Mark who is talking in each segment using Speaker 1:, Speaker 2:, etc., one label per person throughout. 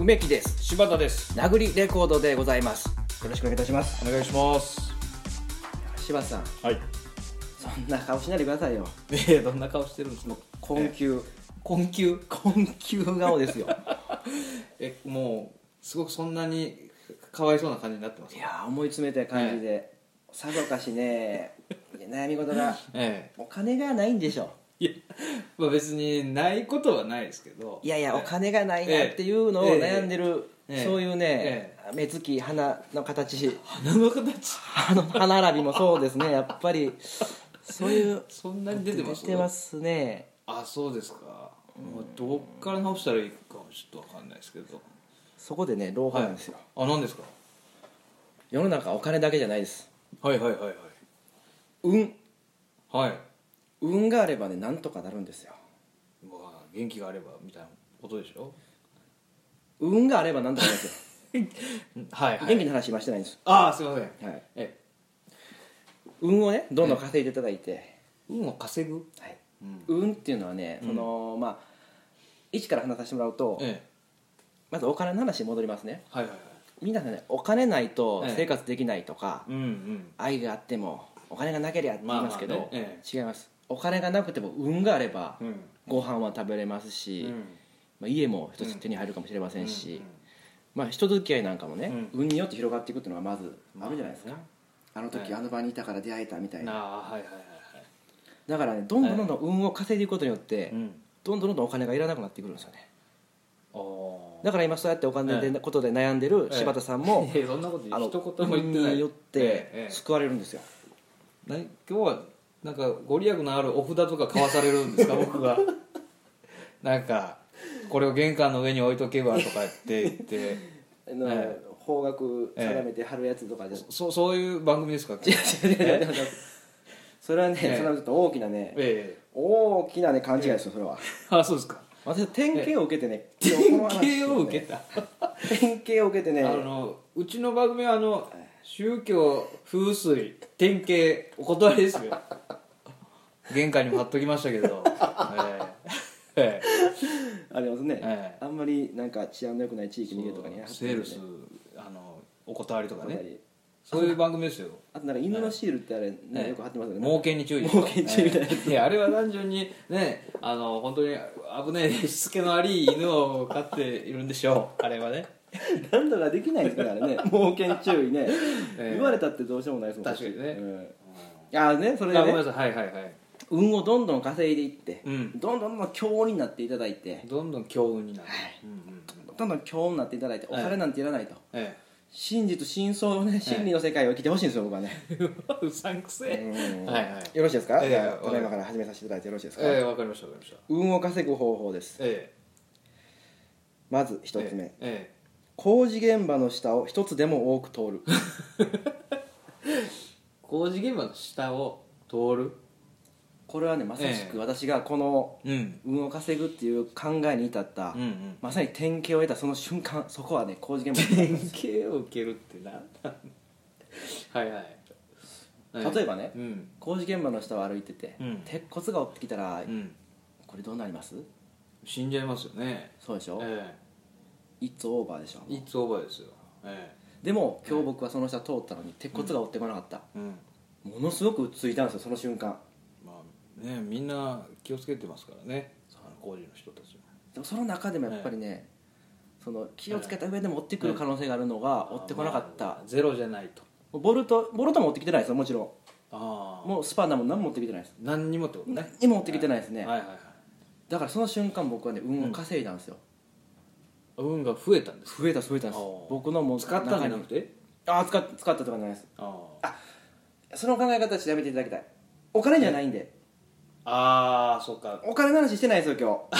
Speaker 1: 梅木です
Speaker 2: 柴田です
Speaker 1: 殴りレコードでございますよろしくお願いいたします
Speaker 2: お願いします
Speaker 1: 柴田さん
Speaker 2: はい
Speaker 1: そんな顔しないでくださいよ
Speaker 2: えどんな顔してるんですか
Speaker 1: 困窮
Speaker 2: 困窮
Speaker 1: 困窮顔ですよ
Speaker 2: えもうすごくそんなにかわいそうな感じになってま す
Speaker 1: いやー思い詰めた感じで、さぞかしね悩み事 が
Speaker 2: え
Speaker 1: お金がないんでしょ
Speaker 2: えいやまあ別にないことはないですけど
Speaker 1: いやいや、
Speaker 2: ええ
Speaker 1: お金がないなっていうのを
Speaker 2: ええ
Speaker 1: 悩んでる、
Speaker 2: ええ
Speaker 1: そういうね
Speaker 2: え、
Speaker 1: 目つき鼻の形
Speaker 2: 鼻の形
Speaker 1: あの歯並びもそうですねやっぱりそういう
Speaker 2: そんなに出てます
Speaker 1: 出てますね
Speaker 2: あそうですか、まあ、どっから直したらいいかはちょっとわかんないですけど
Speaker 1: そこでね朗報なんですよ、
Speaker 2: あ何ですか
Speaker 1: 世の中はお金だけじゃないです
Speaker 2: はいはいはいはい
Speaker 1: 運
Speaker 2: はい
Speaker 1: 運があればねなんとかなるんですよ
Speaker 2: まあ元気があればみたいなことでしょ
Speaker 1: 運があればなんとかなるんです
Speaker 2: はい
Speaker 1: よ
Speaker 2: は
Speaker 1: 元
Speaker 2: い
Speaker 1: 気の話はしてないんです、
Speaker 2: ああすいません
Speaker 1: はい、
Speaker 2: え
Speaker 1: 運をねどんどん稼いでいただいて、
Speaker 2: 運を稼ぐ
Speaker 1: はい、
Speaker 2: うん
Speaker 1: 運っていうのはねその、まあ一から話させてもらうと、
Speaker 2: ええ
Speaker 1: まずお金の話に戻りますね
Speaker 2: はいはいはい
Speaker 1: みんなねお金ないと
Speaker 2: ええ
Speaker 1: 生活できないとか、
Speaker 2: うんうん
Speaker 1: 愛があってもお金がなけりゃって言いますけど、
Speaker 2: まあまあねえ
Speaker 1: 違いますお金がなくても運があれば、
Speaker 2: うん
Speaker 1: ご飯は食べれますし、まあ、家も一つ手に入るかもしれませんし、まあ、人付き合いなんかもね、運によって広がっていくっていうのがまずあるじゃないですか、
Speaker 2: か
Speaker 1: あの時、
Speaker 2: はい
Speaker 1: あの場にいたから出会えたみたいな
Speaker 2: ああはいはいはいはい
Speaker 1: だからねどんどんどんどん運を稼いでいくことによって、
Speaker 2: うん
Speaker 1: どんどんどんどんお金がいらなくなってくるんですよね
Speaker 2: あー
Speaker 1: だから今そうやってお金で、ことで悩んでる柴田さんも、
Speaker 2: いやそんなこと
Speaker 1: あの
Speaker 2: 一言も言ってない
Speaker 1: 運によっ
Speaker 2: ええ
Speaker 1: て
Speaker 2: ええ
Speaker 1: 救われるんですよ、
Speaker 2: な今日はなんかご利益のあるお札とか買わされるんですか僕がなんかこれを玄関の上に置いとけばとかって言って
Speaker 1: あの
Speaker 2: え
Speaker 1: 方角定めて貼るやつとかじゃ、
Speaker 2: そそういう番組ですか
Speaker 1: 違う違う違う違う それはね、
Speaker 2: ええ
Speaker 1: それはちょっと大きなね、
Speaker 2: ええ
Speaker 1: 大きなね勘違いですよそれは、
Speaker 2: あそうですか
Speaker 1: 私典型を受けてね
Speaker 2: 典型を受けた、
Speaker 1: け典型を受けてね
Speaker 2: あのうちの番組はあの宗教風水典型お断りですよ 玄関にも貼っときましたけ どえええ
Speaker 1: ありますね、
Speaker 2: ええ
Speaker 1: あんまりなんか治安の良くない地
Speaker 2: え
Speaker 1: 域にいるとかね
Speaker 2: セールスあのお断りとか
Speaker 1: あった
Speaker 2: ね
Speaker 1: り
Speaker 2: そういう番組 ですよ
Speaker 1: あとなんか犬のシールってあれ、ね
Speaker 2: ええ
Speaker 1: よく貼ってますよね
Speaker 2: 儲けに注意
Speaker 1: 儲けに注意みたいな
Speaker 2: ええいやあれは単純にねあの本当に危ないしつけのありい犬を飼っているんでしょうあれはね
Speaker 1: なんとかできないですから ね儲けに注意ね、
Speaker 2: ええ
Speaker 1: 言われたってどうしようもないですもん
Speaker 2: 確かにね
Speaker 1: うんああねそれ
Speaker 2: あご
Speaker 1: で
Speaker 2: めんな
Speaker 1: ね
Speaker 2: さいはいはいはい
Speaker 1: 運をどんどん稼いでいって、
Speaker 2: うん
Speaker 1: どんどんどん強運になっていただいて
Speaker 2: どんどん強運になる、
Speaker 1: はい
Speaker 2: うんうん
Speaker 1: どんどん強運になっていただいてお
Speaker 2: はい
Speaker 1: 金なんていらないと、
Speaker 2: え
Speaker 1: 真実真相のね真理の世界を生きてほしいんですよ僕はね、
Speaker 2: えうさんくせえ、
Speaker 1: うん
Speaker 2: はいはい
Speaker 1: よろしいですか、
Speaker 2: ええ
Speaker 1: じゃ
Speaker 2: わ
Speaker 1: あ
Speaker 2: か
Speaker 1: た
Speaker 2: り
Speaker 1: だいまから始めさせていただいてよろしいですか、
Speaker 2: ええわかりましたわかりました
Speaker 1: 運を稼ぐ方法です
Speaker 2: え
Speaker 1: まず
Speaker 2: え
Speaker 1: 一つ目、
Speaker 2: ええ
Speaker 1: 工事現場の下を一つでも多く通る
Speaker 2: 工事現場の下を通る
Speaker 1: これはねまさしく私がこの
Speaker 2: うん
Speaker 1: 運を稼ぐっていう考えに至った、
Speaker 2: うんうん
Speaker 1: まさに典型を得たその瞬間そこはね工事現 場
Speaker 2: 典型を受けるってなんなんはいはい、
Speaker 1: 例えばね
Speaker 2: うん
Speaker 1: 工事現場の下を歩いてて、
Speaker 2: うん
Speaker 1: 鉄骨が落ちてきたら、
Speaker 2: うん
Speaker 1: これどうなります
Speaker 2: 死んじゃいますよね
Speaker 1: そうでしょ、
Speaker 2: え
Speaker 1: イッツオーバーでしょ
Speaker 2: えいつオーバーですよえ
Speaker 1: でも今日僕はその下通ったのに鉄骨が追ってこなかった、
Speaker 2: えうん
Speaker 1: ものすごくうつついたんですよその瞬間
Speaker 2: まあねみんな気をつけてますからねあの工事の人たちも
Speaker 1: でもその中でもやっぱりね、その気をつけた上でも追ってくる可能性があるのが追ってこなかった、
Speaker 2: まあゼロじゃないと
Speaker 1: もうボルトボルトも追ってきてないですよもちろん
Speaker 2: ああ
Speaker 1: もうスパナも何も追ってきてないです
Speaker 2: 何にもってことね
Speaker 1: 何も追ってきてないですね、
Speaker 2: はいはいはい
Speaker 1: だからその瞬間僕はね運を稼いだんですよ、
Speaker 2: 運が増えたんです
Speaker 1: 増えた増えたんです
Speaker 2: あー
Speaker 1: 僕のもう
Speaker 2: 使ったんじゃな
Speaker 1: 中
Speaker 2: く
Speaker 1: に
Speaker 2: て
Speaker 1: ああ使っ使ったとかじゃないです
Speaker 2: ああ
Speaker 1: その考え方は調べていただきたいお金じゃないんで
Speaker 2: あーそっか
Speaker 1: お金の話してないですよ
Speaker 2: い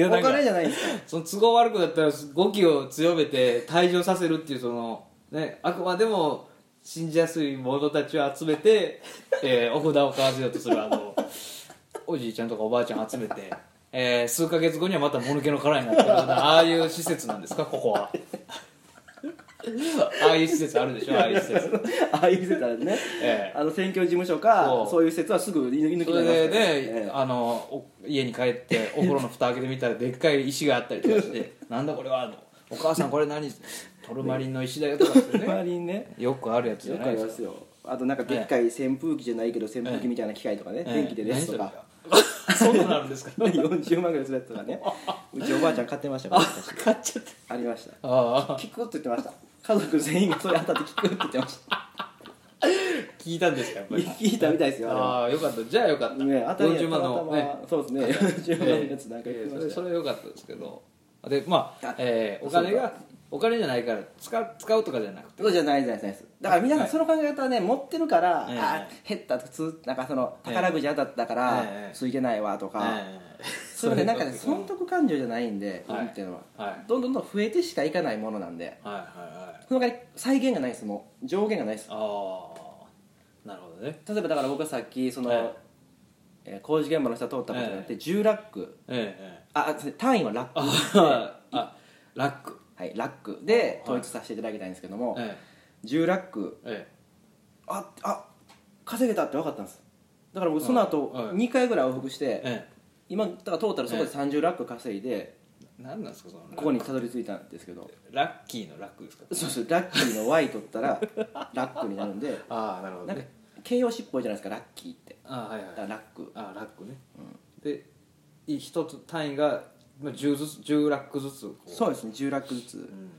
Speaker 1: 今日お
Speaker 2: か
Speaker 1: 金じゃないん ですか
Speaker 2: その都合悪くなったら語気を強めて退場させるっていうそのねあくまでも信じやすい者たちを集めて、えーお札を交わせようとするあのおじいちゃんとかおばあちゃん集めて、えー数ヶ月後にはまたもぬけの殻になってるようなああいう施設なんですかここはああいう施設あるでしょああいう施設
Speaker 1: ああいう施設あるね、
Speaker 2: ええ
Speaker 1: あの選挙事務所か
Speaker 2: そ
Speaker 1: そうういう施設はすぐ居抜き
Speaker 2: そ
Speaker 1: にな
Speaker 2: れ
Speaker 1: ります
Speaker 2: で
Speaker 1: から
Speaker 2: ね、
Speaker 1: ええ
Speaker 2: あのお家に帰ってお風呂の蓋開けてみたらでっかい石があったりとかしてなんだこれはと「お母さんこれ何?」トルマリンの石だよ」とかってね
Speaker 1: 周りにね
Speaker 2: よくあるやつじゃ
Speaker 1: よく
Speaker 2: な
Speaker 1: あ
Speaker 2: い
Speaker 1: り
Speaker 2: で
Speaker 1: ますすよあとなんかでっかい扇風機じゃないけど扇風機みたいな機械とかね
Speaker 2: ええ
Speaker 1: 電気でですとか
Speaker 2: か そんなのあるんですか
Speaker 1: 40万ぐらいするやつとか ねうちおばあちゃん買ってましたから私
Speaker 2: 買っちゃった
Speaker 1: ありました
Speaker 2: ああ
Speaker 1: 聞くって言ってました家族全員がそれ当たって聞くって言ってました
Speaker 2: 聞いたんですかやっぱり
Speaker 1: 聞いたみたいですよあ
Speaker 2: ああよかったじゃあよかっ
Speaker 1: れ
Speaker 2: た
Speaker 1: ね当たりや
Speaker 2: 40万
Speaker 1: たま
Speaker 2: の
Speaker 1: たま
Speaker 2: ね
Speaker 1: そうですね40万のやつなんか言っ
Speaker 2: え
Speaker 1: て
Speaker 2: えそ
Speaker 1: ま
Speaker 2: れ
Speaker 1: した
Speaker 2: そ
Speaker 1: よ
Speaker 2: れは良かったですけどでまあ
Speaker 1: あ、
Speaker 2: ええお金
Speaker 1: そう
Speaker 2: がお金じゃないから使う使うとかじゃなくて
Speaker 1: そうじゃないじゃないですだから皆さん
Speaker 2: はい
Speaker 1: その考え方はね持ってるから、
Speaker 2: ええ
Speaker 1: あ減った普通なんかその宝くじ当たったから
Speaker 2: ええ
Speaker 1: ついてないわとか、
Speaker 2: ええ
Speaker 1: そういうのねなんかね
Speaker 2: そういう
Speaker 1: 損得感情じゃないんで、
Speaker 2: はい
Speaker 1: 運っていうのは、
Speaker 2: はい
Speaker 1: どんどんどん増えてしかいかないものなんで
Speaker 2: はいはいはい
Speaker 1: その代わり再現がないですもう上限がないです
Speaker 2: ああなるほどね
Speaker 1: 例えばだから僕はさっきその、
Speaker 2: え
Speaker 1: えー工事現場の人通ったことになって、10ラック
Speaker 2: ええええ
Speaker 1: あすいません単位はラック
Speaker 2: ああラック
Speaker 1: はいラックで統一させていただきたいんですけども、
Speaker 2: え
Speaker 1: 10ラック
Speaker 2: ええ
Speaker 1: ああ稼げたって分かったんですだから僕その後
Speaker 2: うんはい
Speaker 1: 2回ぐらい往復して、
Speaker 2: ええ
Speaker 1: 今だからトータルそこで30ラック稼いで
Speaker 2: え何なんですかその
Speaker 1: ここにたどり着いたんですけど
Speaker 2: ラッキーのラックですか
Speaker 1: そうそうラッキーの Y 取ったらラックになるんで
Speaker 2: ああなるほ
Speaker 1: なん
Speaker 2: ね
Speaker 1: か形容詞っぽいじゃないですかラッキーって
Speaker 2: ああはいは
Speaker 1: だ
Speaker 2: い
Speaker 1: からラック
Speaker 2: あラックね、でい一つ単位がまあ10ずつ10ラックずつこう
Speaker 1: そうですね10ラックずつ
Speaker 2: うん、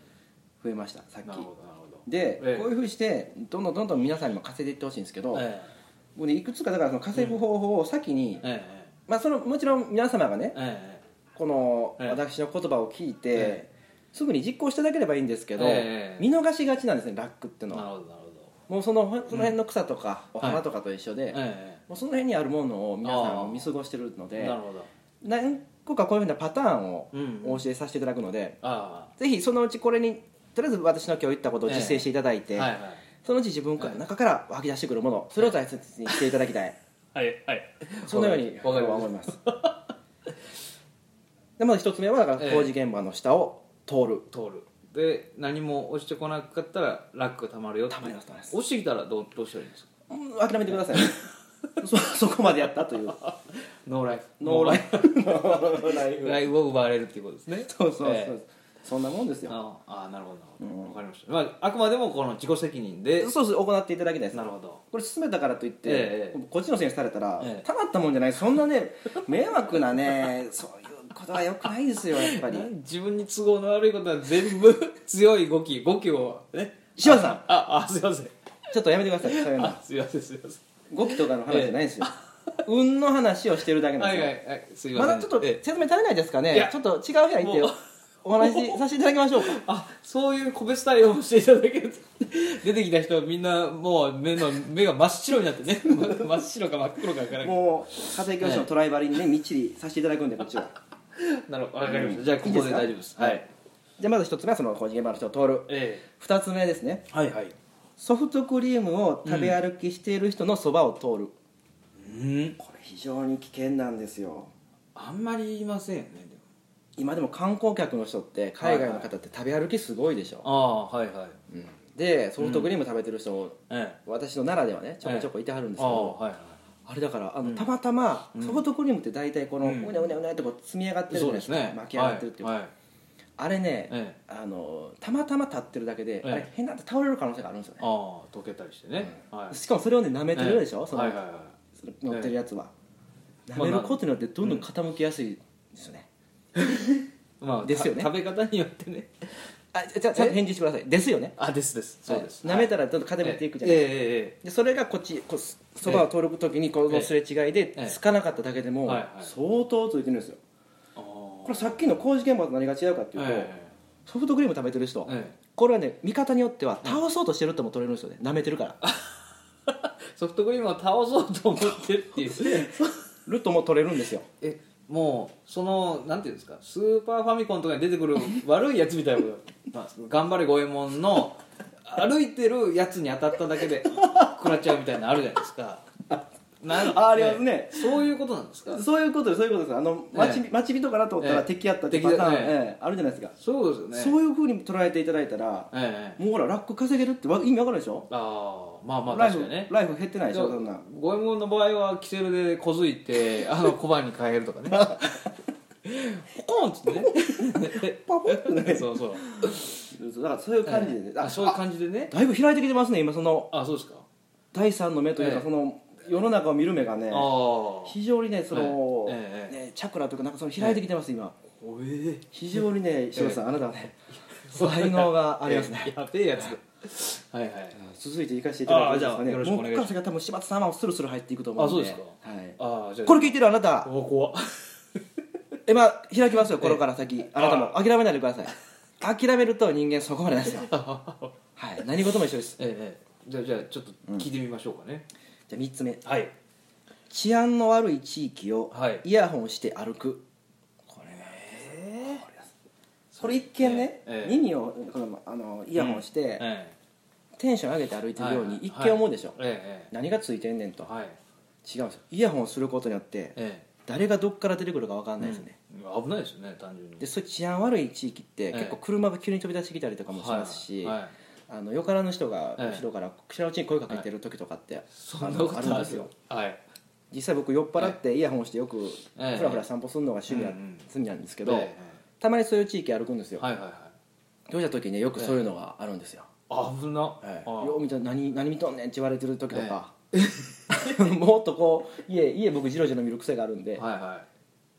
Speaker 1: 増えましたさっき
Speaker 2: なるほどなるほど
Speaker 1: で、
Speaker 2: ええ
Speaker 1: こういうふうにしてどんどんどんどん皆さんにも稼いでいってほしいんですけど、
Speaker 2: え
Speaker 1: 僕ねいくつかだからその稼ぐ方法を先に、
Speaker 2: ええ
Speaker 1: まあ、そのもちろん皆様がね
Speaker 2: ええ
Speaker 1: この
Speaker 2: ええ
Speaker 1: 私の言葉を聞いて、
Speaker 2: え
Speaker 1: すぐに実行していただければいいんですけど、
Speaker 2: ええ
Speaker 1: 見逃しがちなんですねラックって
Speaker 2: え
Speaker 1: の
Speaker 2: なる
Speaker 1: は
Speaker 2: ほどなるほど
Speaker 1: もうそのその辺の草とか、
Speaker 2: う
Speaker 1: お
Speaker 2: ん
Speaker 1: 花とかと一緒で、
Speaker 2: ええ
Speaker 1: もうその辺にあるものを皆さ
Speaker 2: ああ
Speaker 1: ん見過ごしてるの
Speaker 2: ええ
Speaker 1: で
Speaker 2: なるほど
Speaker 1: 何個かこういうふうなパターンを
Speaker 2: うんうん
Speaker 1: お教えさせていただくので、
Speaker 2: あ
Speaker 1: ぜひそのうちこれにとりあえず私の今日言ったことを実践していただい
Speaker 2: あ
Speaker 1: て、
Speaker 2: はいはい
Speaker 1: そのうち自分から中から湧き出してくるものそれを大切にしていただきたい
Speaker 2: はいはい
Speaker 1: そのように
Speaker 2: わ
Speaker 1: 僕は
Speaker 2: かりま
Speaker 1: 思い
Speaker 2: し
Speaker 1: ますでまず一つ目はだから
Speaker 2: ええ
Speaker 1: 工事現場の下を通る、
Speaker 2: た通るで何も落ちてこなかったらラックがたまるよた
Speaker 1: 溜まります溜まります
Speaker 2: 落ちてきたらどうどうしたらいいんですか
Speaker 1: うん諦めてく ださいそそこまでやったという
Speaker 2: ノーライフ
Speaker 1: ノーライフノーライフ
Speaker 2: ライフを奪われるっていうことですね
Speaker 1: そうそうそう、
Speaker 2: ええ
Speaker 1: そんなもんですよ
Speaker 2: ああなるほどなるほど、わかりました、まあ、あくまでもこの自己責任で
Speaker 1: そうそう行っていただきたいです
Speaker 2: なるほど
Speaker 1: これ進めたからといって、
Speaker 2: ええ
Speaker 1: こっちのせいにされたら、
Speaker 2: ええ
Speaker 1: たまったもんじゃないそんなね 迷惑なねそういうことはよくないですよやっぱり
Speaker 2: 自分に都合の悪いことは全部 強い語気語気をね
Speaker 1: 志麻さん
Speaker 2: ああすいません
Speaker 1: ちょっとやめてくださいそういうの
Speaker 2: あすいませんすいませ
Speaker 1: 語気とかの話じゃないんですよ、運の話をしてるだけ
Speaker 2: ん
Speaker 1: なん
Speaker 2: は
Speaker 1: です
Speaker 2: い
Speaker 1: よ、
Speaker 2: はいはいすいま
Speaker 1: ま
Speaker 2: せん
Speaker 1: だちょっと
Speaker 2: ええ
Speaker 1: 説明足りないですか
Speaker 2: い
Speaker 1: ね
Speaker 2: や
Speaker 1: ちょっと違う部屋行って
Speaker 2: もう
Speaker 1: よお話 しさせていただきましょうか
Speaker 2: あそういう個別対応をしていただけると 出てきた人はみんなもう目の目が真っ白になって ね真っ白か真っ黒か分からない
Speaker 1: もう家庭教師のトライバリにねみっちりさせていただくんでこっちは
Speaker 2: なるほどわかりました、
Speaker 1: うん
Speaker 2: じゃあここ
Speaker 1: い
Speaker 2: で
Speaker 1: いですか
Speaker 2: 大丈夫です
Speaker 1: はい
Speaker 2: はい、
Speaker 1: じゃあまず一つ目はその工事現場の人を通る
Speaker 2: え
Speaker 1: 二つ目ですね
Speaker 2: えはいはい
Speaker 1: ソフトクリームを食べ歩きしている人のそばを通る、
Speaker 2: うん
Speaker 1: これ非常に危険なんですよ
Speaker 2: あんまりいませんよねでも
Speaker 1: 今でも観光客の人って海外の方って食べ歩きすごいでしょ、
Speaker 2: ああはいはい
Speaker 1: うんでソフトクリーム食べてる人も、
Speaker 2: え
Speaker 1: 私の奈良ではねちょこちょこいてはるん
Speaker 2: え
Speaker 1: ですけど、
Speaker 2: はいは
Speaker 1: あれだからあの、たまたまソフトクリームって大体このう
Speaker 2: うん
Speaker 1: ねうねうねってこう積み上がってるじゃ
Speaker 2: そう
Speaker 1: ないで
Speaker 2: で
Speaker 1: すすか
Speaker 2: ね
Speaker 1: 巻き上がってるっていうか、
Speaker 2: はいはい
Speaker 1: あれね、
Speaker 2: ええ
Speaker 1: あのたまたま立ってるだけで、
Speaker 2: ええ
Speaker 1: あれ変なって倒れる可能性があるんですよね、
Speaker 2: ああ溶けたりしてね、はい
Speaker 1: しかもそれをね舐めてるでしょ、
Speaker 2: ええ
Speaker 1: その
Speaker 2: はいはいはい
Speaker 1: その乗ってるやつは、
Speaker 2: え
Speaker 1: 舐めることによってどんどん傾きやすいですよね、
Speaker 2: ま あ
Speaker 1: ですよね
Speaker 2: た食べ方によってね
Speaker 1: あじゃあちゃんと返事してくださいですよね
Speaker 2: あですですそうです、
Speaker 1: はい舐めたらどんどん固めていくじゃない
Speaker 2: え
Speaker 1: で
Speaker 2: え
Speaker 1: すか、でそれがこっちこうそばを登録時にこのすれ違いで
Speaker 2: ええ
Speaker 1: つかなかっただけでも
Speaker 2: はいはい
Speaker 1: 相当ついてるんですよ
Speaker 2: ええええあ
Speaker 1: こ
Speaker 2: あ
Speaker 1: れさっきの工事現場と何が違うかっていうと、
Speaker 2: え
Speaker 1: ソフトクリーム食べてる人、
Speaker 2: ええ
Speaker 1: これはね見方によっては倒そうとしてるとも取れるんですよね舐めてるから
Speaker 2: えソフトクリームを倒そうと思ってっ ていう
Speaker 1: るとも取れるんですよ
Speaker 2: えもうそのなんていうんですかスーパーファミコンとかに出てくる悪いやつみたいな こと、まあ、頑張れ五右衛門の歩いてるやつに当たっただけで食らっちゃうみたいなのあるじゃないです かなん
Speaker 1: あありますね
Speaker 2: そういうことなんですか
Speaker 1: そういうことですそういうことですあの待ち,、
Speaker 2: え
Speaker 1: 待ち人かなと思ったら
Speaker 2: ええ
Speaker 1: 敵やったってパターン、
Speaker 2: 敵だえ
Speaker 1: ええあるじゃないですか、
Speaker 2: そうですよね
Speaker 1: そういうふうに捉えていただいたら、
Speaker 2: ええ
Speaker 1: もうほらラック稼げるってわ意味わかるでしょ、
Speaker 2: ああまあまあ
Speaker 1: ライフ
Speaker 2: 確かにね
Speaker 1: ライフ減ってないでしょそんな
Speaker 2: 五右衛門の 場合はキセルでこづいてあの小判に変えるとかねここンっつってね
Speaker 1: パポンってね
Speaker 2: そうそう
Speaker 1: そうだからそういう感じでね、
Speaker 2: あそういう感じでね
Speaker 1: だいぶ開いてきてますね今その
Speaker 2: あそうですか
Speaker 1: 第三の目というか、
Speaker 2: ええ
Speaker 1: その世の中を見る目がね
Speaker 2: ああ
Speaker 1: 非常にねその、
Speaker 2: ええ
Speaker 1: ねチャクラというかなんかその開いてきてます、今
Speaker 2: おえ
Speaker 1: 非常にね石黒さん、あなたはね才能がありますね、
Speaker 2: やべえやつはいはい
Speaker 1: 続いて行かせていただきますか
Speaker 2: あじゃあ
Speaker 1: ね
Speaker 2: よろしくお
Speaker 1: もう
Speaker 2: 願
Speaker 1: こ
Speaker 2: い
Speaker 1: っから
Speaker 2: します
Speaker 1: 先は多分柴田さんはスルスル入っていくと思うんで
Speaker 2: あそうですか
Speaker 1: はい、
Speaker 2: ああじゃあ
Speaker 1: これ聞いてるあなた
Speaker 2: お怖っ
Speaker 1: 今開きますよこれから先あなたも諦めないでください諦めると人間そこまでなん ですよはい何事も一緒です
Speaker 2: ええええじゃあじゃあちょっと聞いてみましょうかね、
Speaker 1: じゃあ3つ目
Speaker 2: はい
Speaker 1: 治安の悪い地域を
Speaker 2: はい
Speaker 1: イヤホンして歩く、これねこれ一見ね、
Speaker 2: ええ
Speaker 1: 耳をこのあのイヤホンして、
Speaker 2: え
Speaker 1: テンション上げて歩いてるよう
Speaker 2: は
Speaker 1: に
Speaker 2: い
Speaker 1: 一見思うでしょ、
Speaker 2: ええ
Speaker 1: 何がついてんねんと、
Speaker 2: えはい
Speaker 1: 違うんですよイヤホンをすることによって
Speaker 2: え
Speaker 1: 誰がどっから出てくるか分かんないですね、
Speaker 2: え危ないですよね単純に
Speaker 1: でそういう治安悪い地域って
Speaker 2: ええ
Speaker 1: 結構車が急に飛び出してきたりとかもしますし、
Speaker 2: はいはい
Speaker 1: あのよからぬ人が
Speaker 2: ええ
Speaker 1: 後ろから知らんうちに声かけてる時とかって、
Speaker 2: そんな
Speaker 1: あの
Speaker 2: こと
Speaker 1: ある
Speaker 2: あ
Speaker 1: ん
Speaker 2: る
Speaker 1: ですよ
Speaker 2: はい
Speaker 1: 実際僕酔っ払ってイヤホンしてよく
Speaker 2: ええ
Speaker 1: ふらふら散歩するのが趣味,、
Speaker 2: うんうん
Speaker 1: 趣味なんですけ
Speaker 2: け
Speaker 1: ど、たまにそういう地域歩くんですよ、
Speaker 2: はいはいは
Speaker 1: どうした時にねよくそういうのがあるんですよ、
Speaker 2: い危な、
Speaker 1: ええ
Speaker 2: ああ
Speaker 1: よう見たら何何見とんねんって言われてる時とか、 もっとこう家家僕ジロジロ見る癖があるんで、
Speaker 2: は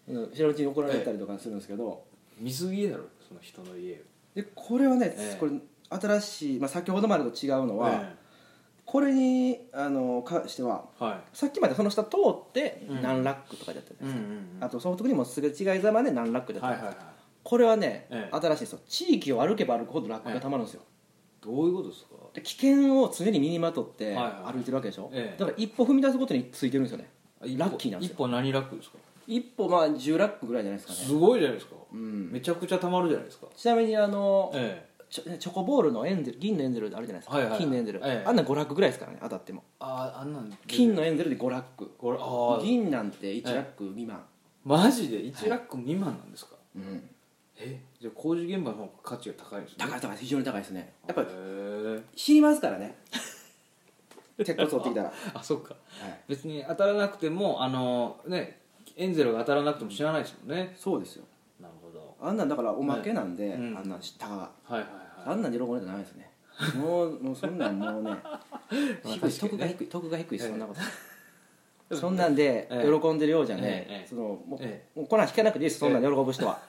Speaker 2: い
Speaker 1: う
Speaker 2: は
Speaker 1: ん知らんうちに怒られたりとかするんですけど、
Speaker 2: い見過ぎだろその人の家
Speaker 1: でこれはね、
Speaker 2: ええ
Speaker 1: これ新しい、まあ、先ほどまでと違うのは、
Speaker 2: え
Speaker 1: これにあの関しては
Speaker 2: えは
Speaker 1: さっきまでその下通って
Speaker 2: うん
Speaker 1: 何ラックとかでやってた、
Speaker 2: いうんうん
Speaker 1: あとソフトクリームもすれ違いざまで何ラックでやっ
Speaker 2: はい
Speaker 1: て
Speaker 2: は
Speaker 1: た、
Speaker 2: いはい
Speaker 1: これはね、
Speaker 2: ええ
Speaker 1: 新しいですよ地域を歩けば歩くほどラックがたまるんですよ、
Speaker 2: どういうことですか
Speaker 1: で危険を常に身にまとって
Speaker 2: はいはい
Speaker 1: 歩いてるわけでしょ、
Speaker 2: ええ
Speaker 1: だから一歩踏み出すことについてるんですよねラッキーなんです
Speaker 2: 一
Speaker 1: よ
Speaker 2: 歩何ラックですか
Speaker 1: 一歩まあ10ラックぐらいじゃないですかね
Speaker 2: すごいじゃないですか
Speaker 1: うん
Speaker 2: めちゃくちゃ溜まるじゃないですか
Speaker 1: ちなみにあの、
Speaker 2: ええ
Speaker 1: ちょチョコボールのエンゼル銀のエンゼルあるじゃないですか、
Speaker 2: はいはいはい
Speaker 1: 金のエンゼル、
Speaker 2: ええ
Speaker 1: あんな5ラックぐらいですからね当たっても
Speaker 2: あああんなんで
Speaker 1: 金のエンゼルで5ラック
Speaker 2: これああ
Speaker 1: 銀なんて1ラック未満、
Speaker 2: マジで1ラック未満なんですか
Speaker 1: うん
Speaker 2: えじゃあ工事現場の方が価値が高いんですね
Speaker 1: 高い高いです非常に高いですねやっぱり
Speaker 2: へえ
Speaker 1: 知りますから ね鉄骨折ってきたら、は
Speaker 2: あそっか
Speaker 1: い、
Speaker 2: 別に当たらなくてもあのねエンゼルが当たらなくても知らないですもんね、
Speaker 1: そうですよ
Speaker 2: なるほど
Speaker 1: あんなんだからおまけなんで、
Speaker 2: はいうん
Speaker 1: あんなん知ったが、
Speaker 2: はいは
Speaker 1: あんなんで喜んでたらダメですねもうもうそんなんもうね
Speaker 2: 確
Speaker 1: 低
Speaker 2: か
Speaker 1: い得が
Speaker 2: に
Speaker 1: 低い得が低いそんなこと、
Speaker 2: ええ
Speaker 1: そんなんで
Speaker 2: ええ
Speaker 1: 喜んでるようじゃね、
Speaker 2: ええ
Speaker 1: そのもう,、
Speaker 2: え
Speaker 1: もうこんなん引かなくていいですそんなんで喜ぶ人は、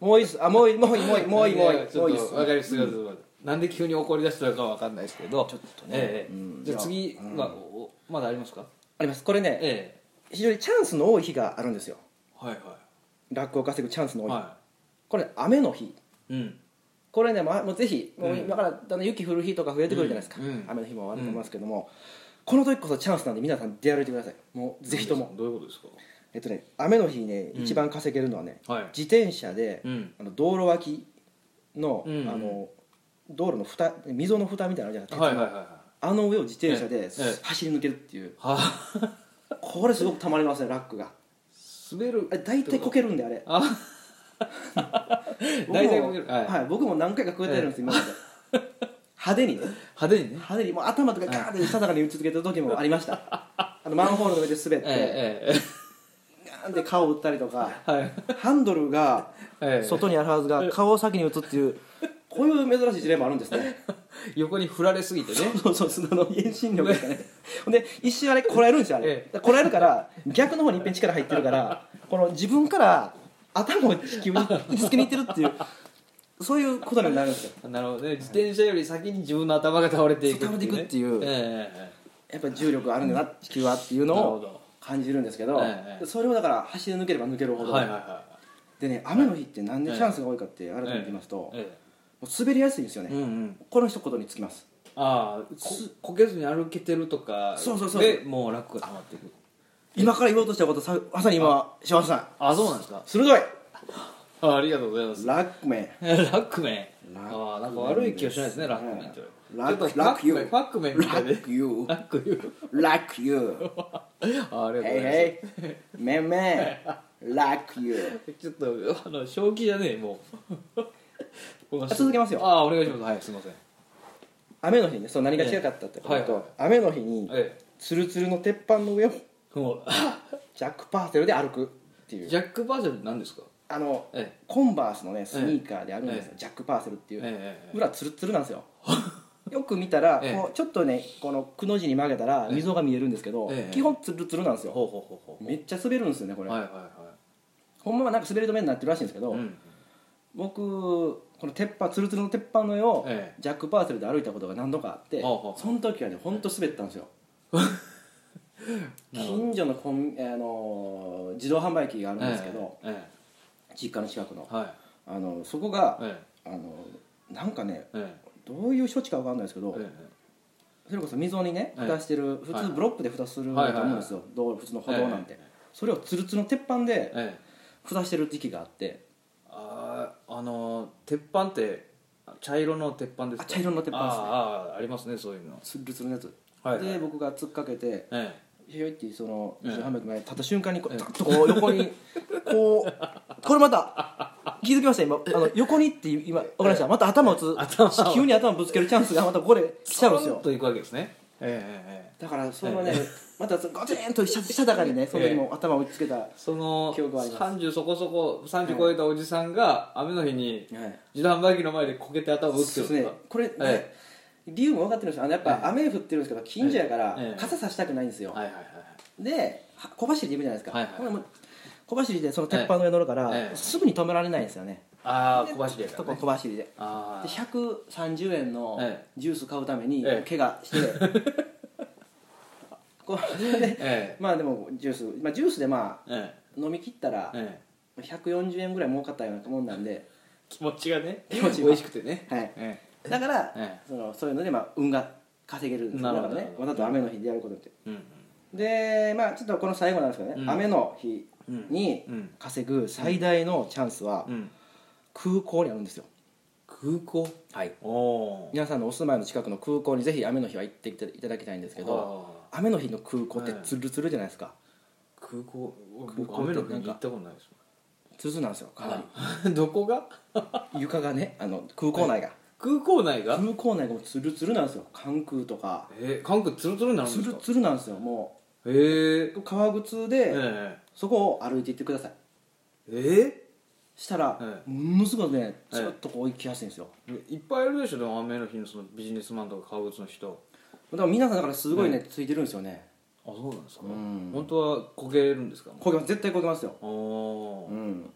Speaker 1: もういいっすあもういいもういいも ういいもういいもういい
Speaker 2: ややち
Speaker 1: も
Speaker 2: ょ
Speaker 1: う
Speaker 2: っ
Speaker 1: いいっ
Speaker 2: と
Speaker 1: す
Speaker 2: 分かります、うんなんで急に怒り出したのかわかんないですけどちょっ
Speaker 1: とね
Speaker 2: ええ
Speaker 1: うん
Speaker 2: じゃあ次
Speaker 1: じゃあうん
Speaker 2: は、おまだありますか
Speaker 1: ありますこれね、
Speaker 2: え
Speaker 1: 非常にチャンスの多い日があるんですよ
Speaker 2: えはいは
Speaker 1: ラックを稼ぐチャンスの
Speaker 2: い
Speaker 1: 多い、
Speaker 2: は
Speaker 1: これ雨の日
Speaker 2: いうん
Speaker 1: これね、まあ、もうぜひもう
Speaker 2: うん
Speaker 1: 今からだんだん雪降る日とか増えてくるじゃないですか、
Speaker 2: うんうん
Speaker 1: 雨の日もあると思いますけども、この時こそチャンスなんで皆さん出歩いてくださいもうぜひとも
Speaker 2: どういうことです
Speaker 1: えっとね雨の日ね
Speaker 2: うん
Speaker 1: 一番稼げるのはね、
Speaker 2: かはい
Speaker 1: 自転車で、
Speaker 2: うん
Speaker 1: あの道路脇の,、
Speaker 2: うん
Speaker 1: あの道路の蓋溝の蓋みたいなのあるじゃないですか、
Speaker 2: はいはいはいはい
Speaker 1: あの上を自転車で
Speaker 2: ええええ
Speaker 1: 走り抜けるっていう、
Speaker 2: は
Speaker 1: これすごくたまりますねラックが
Speaker 2: 滑る
Speaker 1: あれ大体こけるんであれ
Speaker 2: あ
Speaker 1: 僕も
Speaker 2: 大体こける
Speaker 1: はい、僕も何回かこけてるんです今まで派手にね
Speaker 2: 派手にね
Speaker 1: 派手にもう頭とかガーンってしたたかに打ちつけてる時もありましたあのマンホールの上で滑って
Speaker 2: ええ
Speaker 1: ガーンって顔を打ったりとか
Speaker 2: ええはい
Speaker 1: ハンドルが
Speaker 2: ええ
Speaker 1: 外にあるはずが顔を先に打つっていうこういう珍しい事例もあるんですね
Speaker 2: 横に振られすぎてね
Speaker 1: そうそう砂の遠心力ですかねほんで一瞬あれこらえるんですよあれ
Speaker 2: え
Speaker 1: こらえるから逆の方にいっぺん力入ってるからこの自分から頭を地球に打ちつけにいってるっていうそういうことになるんですよ
Speaker 2: なるほどね自転車より先に自分の頭が倒れていく
Speaker 1: そう倒れていくっていう
Speaker 2: ええ
Speaker 1: やっぱり重力があるんだな地球はっていう
Speaker 2: ええ
Speaker 1: の
Speaker 2: なるほ
Speaker 1: を
Speaker 2: ど
Speaker 1: 感じるんですけど
Speaker 2: ええ
Speaker 1: それをだから走り抜ければ抜けるほど、
Speaker 2: はいはいは
Speaker 1: でね雨の日ってなんでチャンスが多いかって改めて言いますと、
Speaker 2: いえ
Speaker 1: もう滑りやすいんですよね、
Speaker 2: えうんうん
Speaker 1: この一言につきます
Speaker 2: ああここけずに歩けてるとか
Speaker 1: そうそうそう
Speaker 2: でもう楽が溜まっていく
Speaker 1: 今から言おうとしたことさまさに今島田さん
Speaker 2: あそうなんですか
Speaker 1: 鋭い
Speaker 2: あありがとうございます
Speaker 1: ラックメン
Speaker 2: ラックメン
Speaker 1: ラックメン
Speaker 2: ああなんか悪い気はしないですね
Speaker 1: で
Speaker 2: ラ
Speaker 1: す
Speaker 2: ッ
Speaker 1: ね
Speaker 2: クメンって
Speaker 1: ラック
Speaker 2: ちょっとファックメン
Speaker 1: ラックユー
Speaker 2: ファックメン
Speaker 1: ラックユー
Speaker 2: みたいでラック言う
Speaker 1: ラックユー
Speaker 2: あありがとう
Speaker 1: ヘ
Speaker 2: ご
Speaker 1: イ
Speaker 2: ざい
Speaker 1: ヘイメンメンラックユー
Speaker 2: ますちょっとあの正気じゃねえも う
Speaker 1: 続けますよ
Speaker 2: ああお願いしますはいすいません
Speaker 1: 雨の日にねそう何が違かったってこと
Speaker 2: ええはいは
Speaker 1: と雨の日に
Speaker 2: え
Speaker 1: ツルツルの鉄板の上を
Speaker 2: えもう
Speaker 1: ジャックパーセルで歩くっていう
Speaker 2: ジャック・バーセルって何ですか
Speaker 1: あの
Speaker 2: え
Speaker 1: コンバースのねスニーカーであるんですよ、ジャック・パーセルってい
Speaker 2: え
Speaker 1: う、
Speaker 2: ええ
Speaker 1: 裏ツルツルなんです よよく見たら、
Speaker 2: ええ
Speaker 1: こうちょっとねこのくの字に曲げたら溝が見えるんですけど、
Speaker 2: ええ
Speaker 1: 基本ツルツルなんですよ、
Speaker 2: ほうほうほうほう
Speaker 1: めっちゃ滑るんですよねこれ、
Speaker 2: はいはいは
Speaker 1: ほんまはなんか滑り止めになってるらしいんですけど、
Speaker 2: いうん
Speaker 1: 僕この鉄板ツルツルの鉄板の上を、
Speaker 2: え
Speaker 1: ジャック・パーセルで歩いたことが何度かあって
Speaker 2: はあはあ
Speaker 1: その時はねほんと滑ったん ですよ
Speaker 2: なるほど
Speaker 1: 近所のコン、あのー自動販売機があるんですけど、
Speaker 2: えええ
Speaker 1: 実家の近くの
Speaker 2: えはい
Speaker 1: あのそこが、
Speaker 2: え
Speaker 1: あのなんかね
Speaker 2: ええ
Speaker 1: どういう処置か分かんないですけど、
Speaker 2: ええ
Speaker 1: それこそ溝にね
Speaker 2: ええ
Speaker 1: 蓋してる、普
Speaker 2: はい
Speaker 1: 通ブロックで蓋すると思うんですよ、道路普通の歩道なんて、
Speaker 2: ええ
Speaker 1: それをツルツルの鉄板で
Speaker 2: ええ
Speaker 1: 蓋してる時期があって
Speaker 2: あーあのー鉄板って茶色の鉄板ですか
Speaker 1: あ茶色の鉄板ですね
Speaker 2: あーあーありますねそういうの
Speaker 1: ツルツルのやつ、
Speaker 2: はいはい
Speaker 1: で僕が突っかけて
Speaker 2: え
Speaker 1: ひょいってその
Speaker 2: ええ
Speaker 1: 自販売機前に立った瞬間にこうダッとこう横にこうこれまた気づきました今あの横にって今わかりましたまた頭打つ
Speaker 2: 頭を
Speaker 1: 急に頭ぶつけるチャンスがまた ここで
Speaker 2: え
Speaker 1: 来ちゃうんですよ
Speaker 2: スポンといくわけですねえええええ
Speaker 1: だからそのね、またそのゴチンとしたしたたかにねその時も頭を打ちつけた、
Speaker 2: えその
Speaker 1: 記憶はあります
Speaker 2: 30そこそこ30超えたおじさんが雨の日に
Speaker 1: はい
Speaker 2: 自動販売機の前でこけて頭を打つ
Speaker 1: そ
Speaker 2: ん
Speaker 1: うです
Speaker 2: です
Speaker 1: ね
Speaker 2: か
Speaker 1: これね、
Speaker 2: え
Speaker 1: 理由も分かってるんですよあのやっぱ雨降ってるんですけど近所やから
Speaker 2: ええ
Speaker 1: 傘さしたくないんですよ、
Speaker 2: はいはいはい
Speaker 1: では小走りで行くじゃないですか、
Speaker 2: はいはい
Speaker 1: これもう小走りでその鉄板の上乗るから、
Speaker 2: ええ
Speaker 1: すぐに止められないんですよね、
Speaker 2: ああ
Speaker 1: で
Speaker 2: 小走りやか
Speaker 1: と
Speaker 2: ら、
Speaker 1: こ
Speaker 2: ね、
Speaker 1: 小走りでで
Speaker 2: ああ
Speaker 1: 130円の
Speaker 2: え
Speaker 1: ジュース買うために
Speaker 2: ええ
Speaker 1: 怪我して、 これで
Speaker 2: え
Speaker 1: まあでもジュース、まあ、ジュースでまあ
Speaker 2: ええ
Speaker 1: 飲み切ったら
Speaker 2: えええ
Speaker 1: 140円ぐらい儲かったようなもんなんで
Speaker 2: 気持ちがね
Speaker 1: 気持ちが
Speaker 2: 美味しくてね
Speaker 1: はい
Speaker 2: え
Speaker 1: だから、
Speaker 2: え
Speaker 1: そのそういうので、まあ、運が稼げるんです
Speaker 2: な
Speaker 1: よ
Speaker 2: る
Speaker 1: だ
Speaker 2: ほ
Speaker 1: から
Speaker 2: どなる
Speaker 1: ね
Speaker 2: ほ
Speaker 1: わ
Speaker 2: ど
Speaker 1: ざと雨の日でやることって
Speaker 2: えうん
Speaker 1: でまあちょっとこの最後なんですけどね、
Speaker 2: うん
Speaker 1: 雨の日に
Speaker 2: うんうん
Speaker 1: 稼ぐ最大のチャンスは
Speaker 2: うん
Speaker 1: 空港にあるんですよ、
Speaker 2: 空港
Speaker 1: はい
Speaker 2: おお
Speaker 1: 皆さんのお住まいの近くの空港にぜひ雨の日は行っていただきたいんですけど雨の日の空港ってツルツルじゃないですか、
Speaker 2: 空港
Speaker 1: 空
Speaker 2: 僕
Speaker 1: 港
Speaker 2: 雨
Speaker 1: って
Speaker 2: の日に行ったことないです
Speaker 1: ツルツルなんですよかな
Speaker 2: もん どこが
Speaker 1: り床がねあの空港内が
Speaker 2: 空港内が
Speaker 1: 空港内がもうツルツルなんですよ関空とか
Speaker 2: えー、韓国ツルツルになるん
Speaker 1: ツ
Speaker 2: です
Speaker 1: ル
Speaker 2: か
Speaker 1: ツルなんですよも
Speaker 2: へえ
Speaker 1: う革靴
Speaker 2: え
Speaker 1: で、
Speaker 2: え
Speaker 1: そこを歩いていってください
Speaker 2: ええ
Speaker 1: したら、
Speaker 2: ええ
Speaker 1: ものすごくね
Speaker 2: ええ
Speaker 1: ずっとこう行きやすいんですよ、
Speaker 2: いっぱいいるでしょでも雨の日のそのビジネスマンとか革靴の人
Speaker 1: だから皆さんだからすごいね、ついてるんですよね
Speaker 2: あそうなんですか、
Speaker 1: うん
Speaker 2: 本当はこけるんですか
Speaker 1: こげます絶対こげますよ、
Speaker 2: あー
Speaker 1: うん、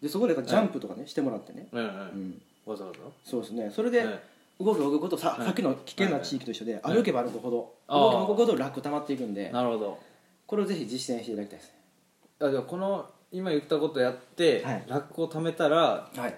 Speaker 1: でそこでやっぱジャンプとかね、してもらってね、
Speaker 2: ええ
Speaker 1: う
Speaker 2: ええ
Speaker 1: ん、
Speaker 2: わざわざ
Speaker 1: そうですねそれで、
Speaker 2: え
Speaker 1: 動けば動くほどさ,、
Speaker 2: ええ
Speaker 1: さっきの危険な地域と一緒で、
Speaker 2: ええ
Speaker 1: 歩けば歩くほど、
Speaker 2: ああ
Speaker 1: 動けば動くほど楽溜まっていくん
Speaker 2: え
Speaker 1: で
Speaker 2: なるほど
Speaker 1: これをぜひ実践していただきたいです
Speaker 2: あじゃあこの今言ったことやって、
Speaker 1: はい
Speaker 2: 楽を貯めたら
Speaker 1: はい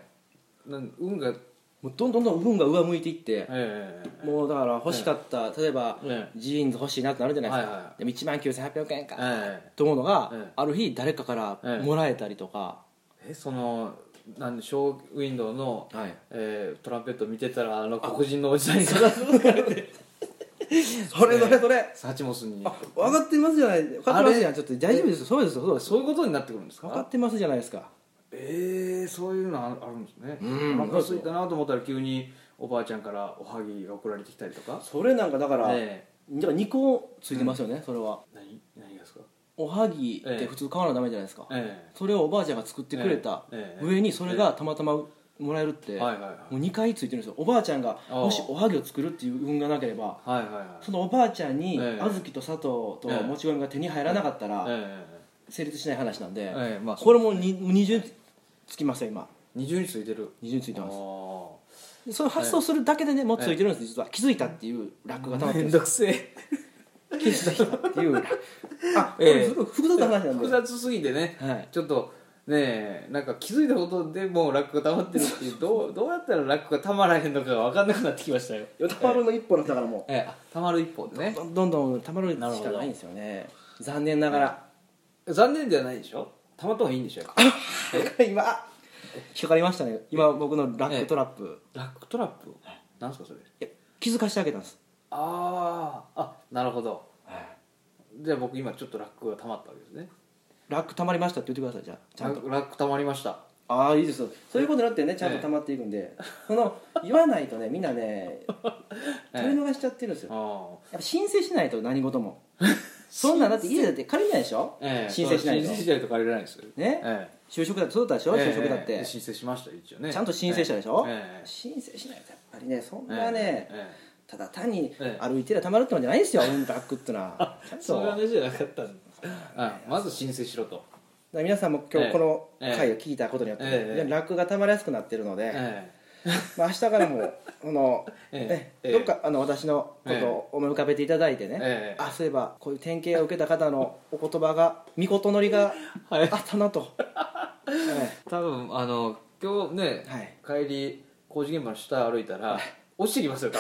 Speaker 2: なん運がえ
Speaker 1: もうどんどんどん運が上向いていって、
Speaker 2: ええ
Speaker 1: もうだから欲しかった、例えば、
Speaker 2: え
Speaker 1: ジーンズ欲しいなってなるじゃないですか、
Speaker 2: はいは
Speaker 1: でも1万9800円か、
Speaker 2: ええ
Speaker 1: と思うのが、
Speaker 2: ええ
Speaker 1: ある日誰かからもらえたりとか、
Speaker 2: えそのなんでショーウィンドウの、
Speaker 1: はい
Speaker 2: えートランペット見てたらあの黒人のおじさんにサ
Speaker 1: それそれそれ、
Speaker 2: チモスに
Speaker 1: あ分かってますじゃない分かってますじゃんちょっと大丈夫ですよそうですよそうですよ
Speaker 2: そういうことになってくるんです
Speaker 1: 分か
Speaker 2: か
Speaker 1: ってますじゃないですか
Speaker 2: ええそういうのああるんですね
Speaker 1: うん
Speaker 2: お腹空いたなと思ったら急におばあちゃんからおはぎが送られてきたりとか
Speaker 1: それなんかだから、
Speaker 2: え
Speaker 1: だから2個ついてますよね、それは
Speaker 2: え何何がですか
Speaker 1: おはぎって普通買わなダメじゃないですか、
Speaker 2: え
Speaker 1: それをおばあちゃんが作ってくれた
Speaker 2: ええええ
Speaker 1: 上にそれがたまたまもらえるって、
Speaker 2: えはいはいはい
Speaker 1: もう2回ついてるんですよおばあちゃんが
Speaker 2: ああ
Speaker 1: もしおはぎを作るっていう運がなければ
Speaker 2: はいはいはい
Speaker 1: そのおばあちゃんに
Speaker 2: ええ
Speaker 1: 小豆と砂糖と
Speaker 2: ええ
Speaker 1: もち米が手に入らなかったら
Speaker 2: ええ
Speaker 1: 成立しない話なんで、
Speaker 2: ええまあ
Speaker 1: これもうに20つきません今
Speaker 2: 二重についてる
Speaker 1: 20つい
Speaker 2: つ
Speaker 1: てます
Speaker 2: あ
Speaker 1: でそういう発想するだけでね、もうついてるんです実は気づいたっていう楽が溜ま
Speaker 2: あ
Speaker 1: ってるんで
Speaker 2: 面倒くせ え
Speaker 1: す気づいたっていう楽あこ
Speaker 2: ええ
Speaker 1: れすごい複雑な話なんで、
Speaker 2: 複雑すぎてね
Speaker 1: はい、
Speaker 2: ちょっとねえなんか気づいたことでもうラックが溜まってるっていうど うどうやったらラックが溜まらへんのかが分かんなくなってきましたよ
Speaker 1: たまるの一歩のだからも
Speaker 2: ええあ溜まる一方で
Speaker 1: う
Speaker 2: ね
Speaker 1: どんどんどんたまるしかないんですよね残念ながら、
Speaker 2: 残念ではないでしょ溜まった方がいいんでしょやっぱ
Speaker 1: 今引っかかりましたね今僕のラックトラップ、
Speaker 2: ラックトラップなんすかそれ
Speaker 1: いや気づかしてあげたんです
Speaker 2: あーあなるほどじゃあ僕今ちょっとラックが溜まったわけですね
Speaker 1: ラックたまりましたって言ってくださいじゃあちゃ
Speaker 2: ラ
Speaker 1: んと
Speaker 2: ックラック溜まりました
Speaker 1: ああいいですよそういうことになってねちゃんとたまっていくんで、その言わないとねみんな ね取り逃しちゃってるんですよ
Speaker 2: あ
Speaker 1: やっぱ申請しないと何事もそんなんだって家だって借りれないでしょ、
Speaker 2: ええ
Speaker 1: 申請しないと
Speaker 2: 申請しないと借りれないですよ
Speaker 1: ね
Speaker 2: え
Speaker 1: 就職だってそうだったでし
Speaker 2: え
Speaker 1: ょ、就職だって、
Speaker 2: ええ申請しました一応ね
Speaker 1: ちゃんと申請したでしょ、
Speaker 2: ええ
Speaker 1: 申請しないとやっぱりねそん
Speaker 2: ええ
Speaker 1: なね、
Speaker 2: ええ
Speaker 1: ただ単に
Speaker 2: ええ
Speaker 1: 歩いてりゃたまるってもんじゃないです よ、うん、バックってのはちゃんと
Speaker 2: そういう
Speaker 1: だか
Speaker 2: 話じゃなかったんですあまず申請しろと
Speaker 1: ら皆さんも今
Speaker 2: え
Speaker 1: 日
Speaker 2: え
Speaker 1: この回を聞いたことによって、
Speaker 2: ええええ
Speaker 1: 楽がたまりやすくなってるので、
Speaker 2: え
Speaker 1: まあ明日からもこの、
Speaker 2: ええ
Speaker 1: ね
Speaker 2: ええ
Speaker 1: どっかあの私のことを思い浮かべていただいてね、
Speaker 2: ええ
Speaker 1: あそういえばこういう典型を受けた方 のお言葉が見事乗りが
Speaker 2: えはい
Speaker 1: あったな と、え
Speaker 2: 多分あの今日ね
Speaker 1: え、はい
Speaker 2: 帰り工事現場の下歩いたら落ちてきますよ多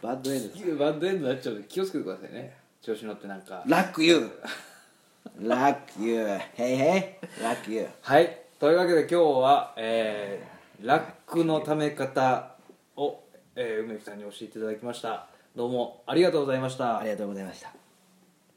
Speaker 1: バッドエンド
Speaker 2: 分 バッドエンドになっちゃうので気をつけてくださいね調子乗ってなんか
Speaker 1: ラックユーラックユーヘイヘイラックユー
Speaker 2: はいというわけで今日は、えー、ラックのため方を、えー梅木さんに教えていただきましたどうもありがとうございました
Speaker 1: ありがとうございました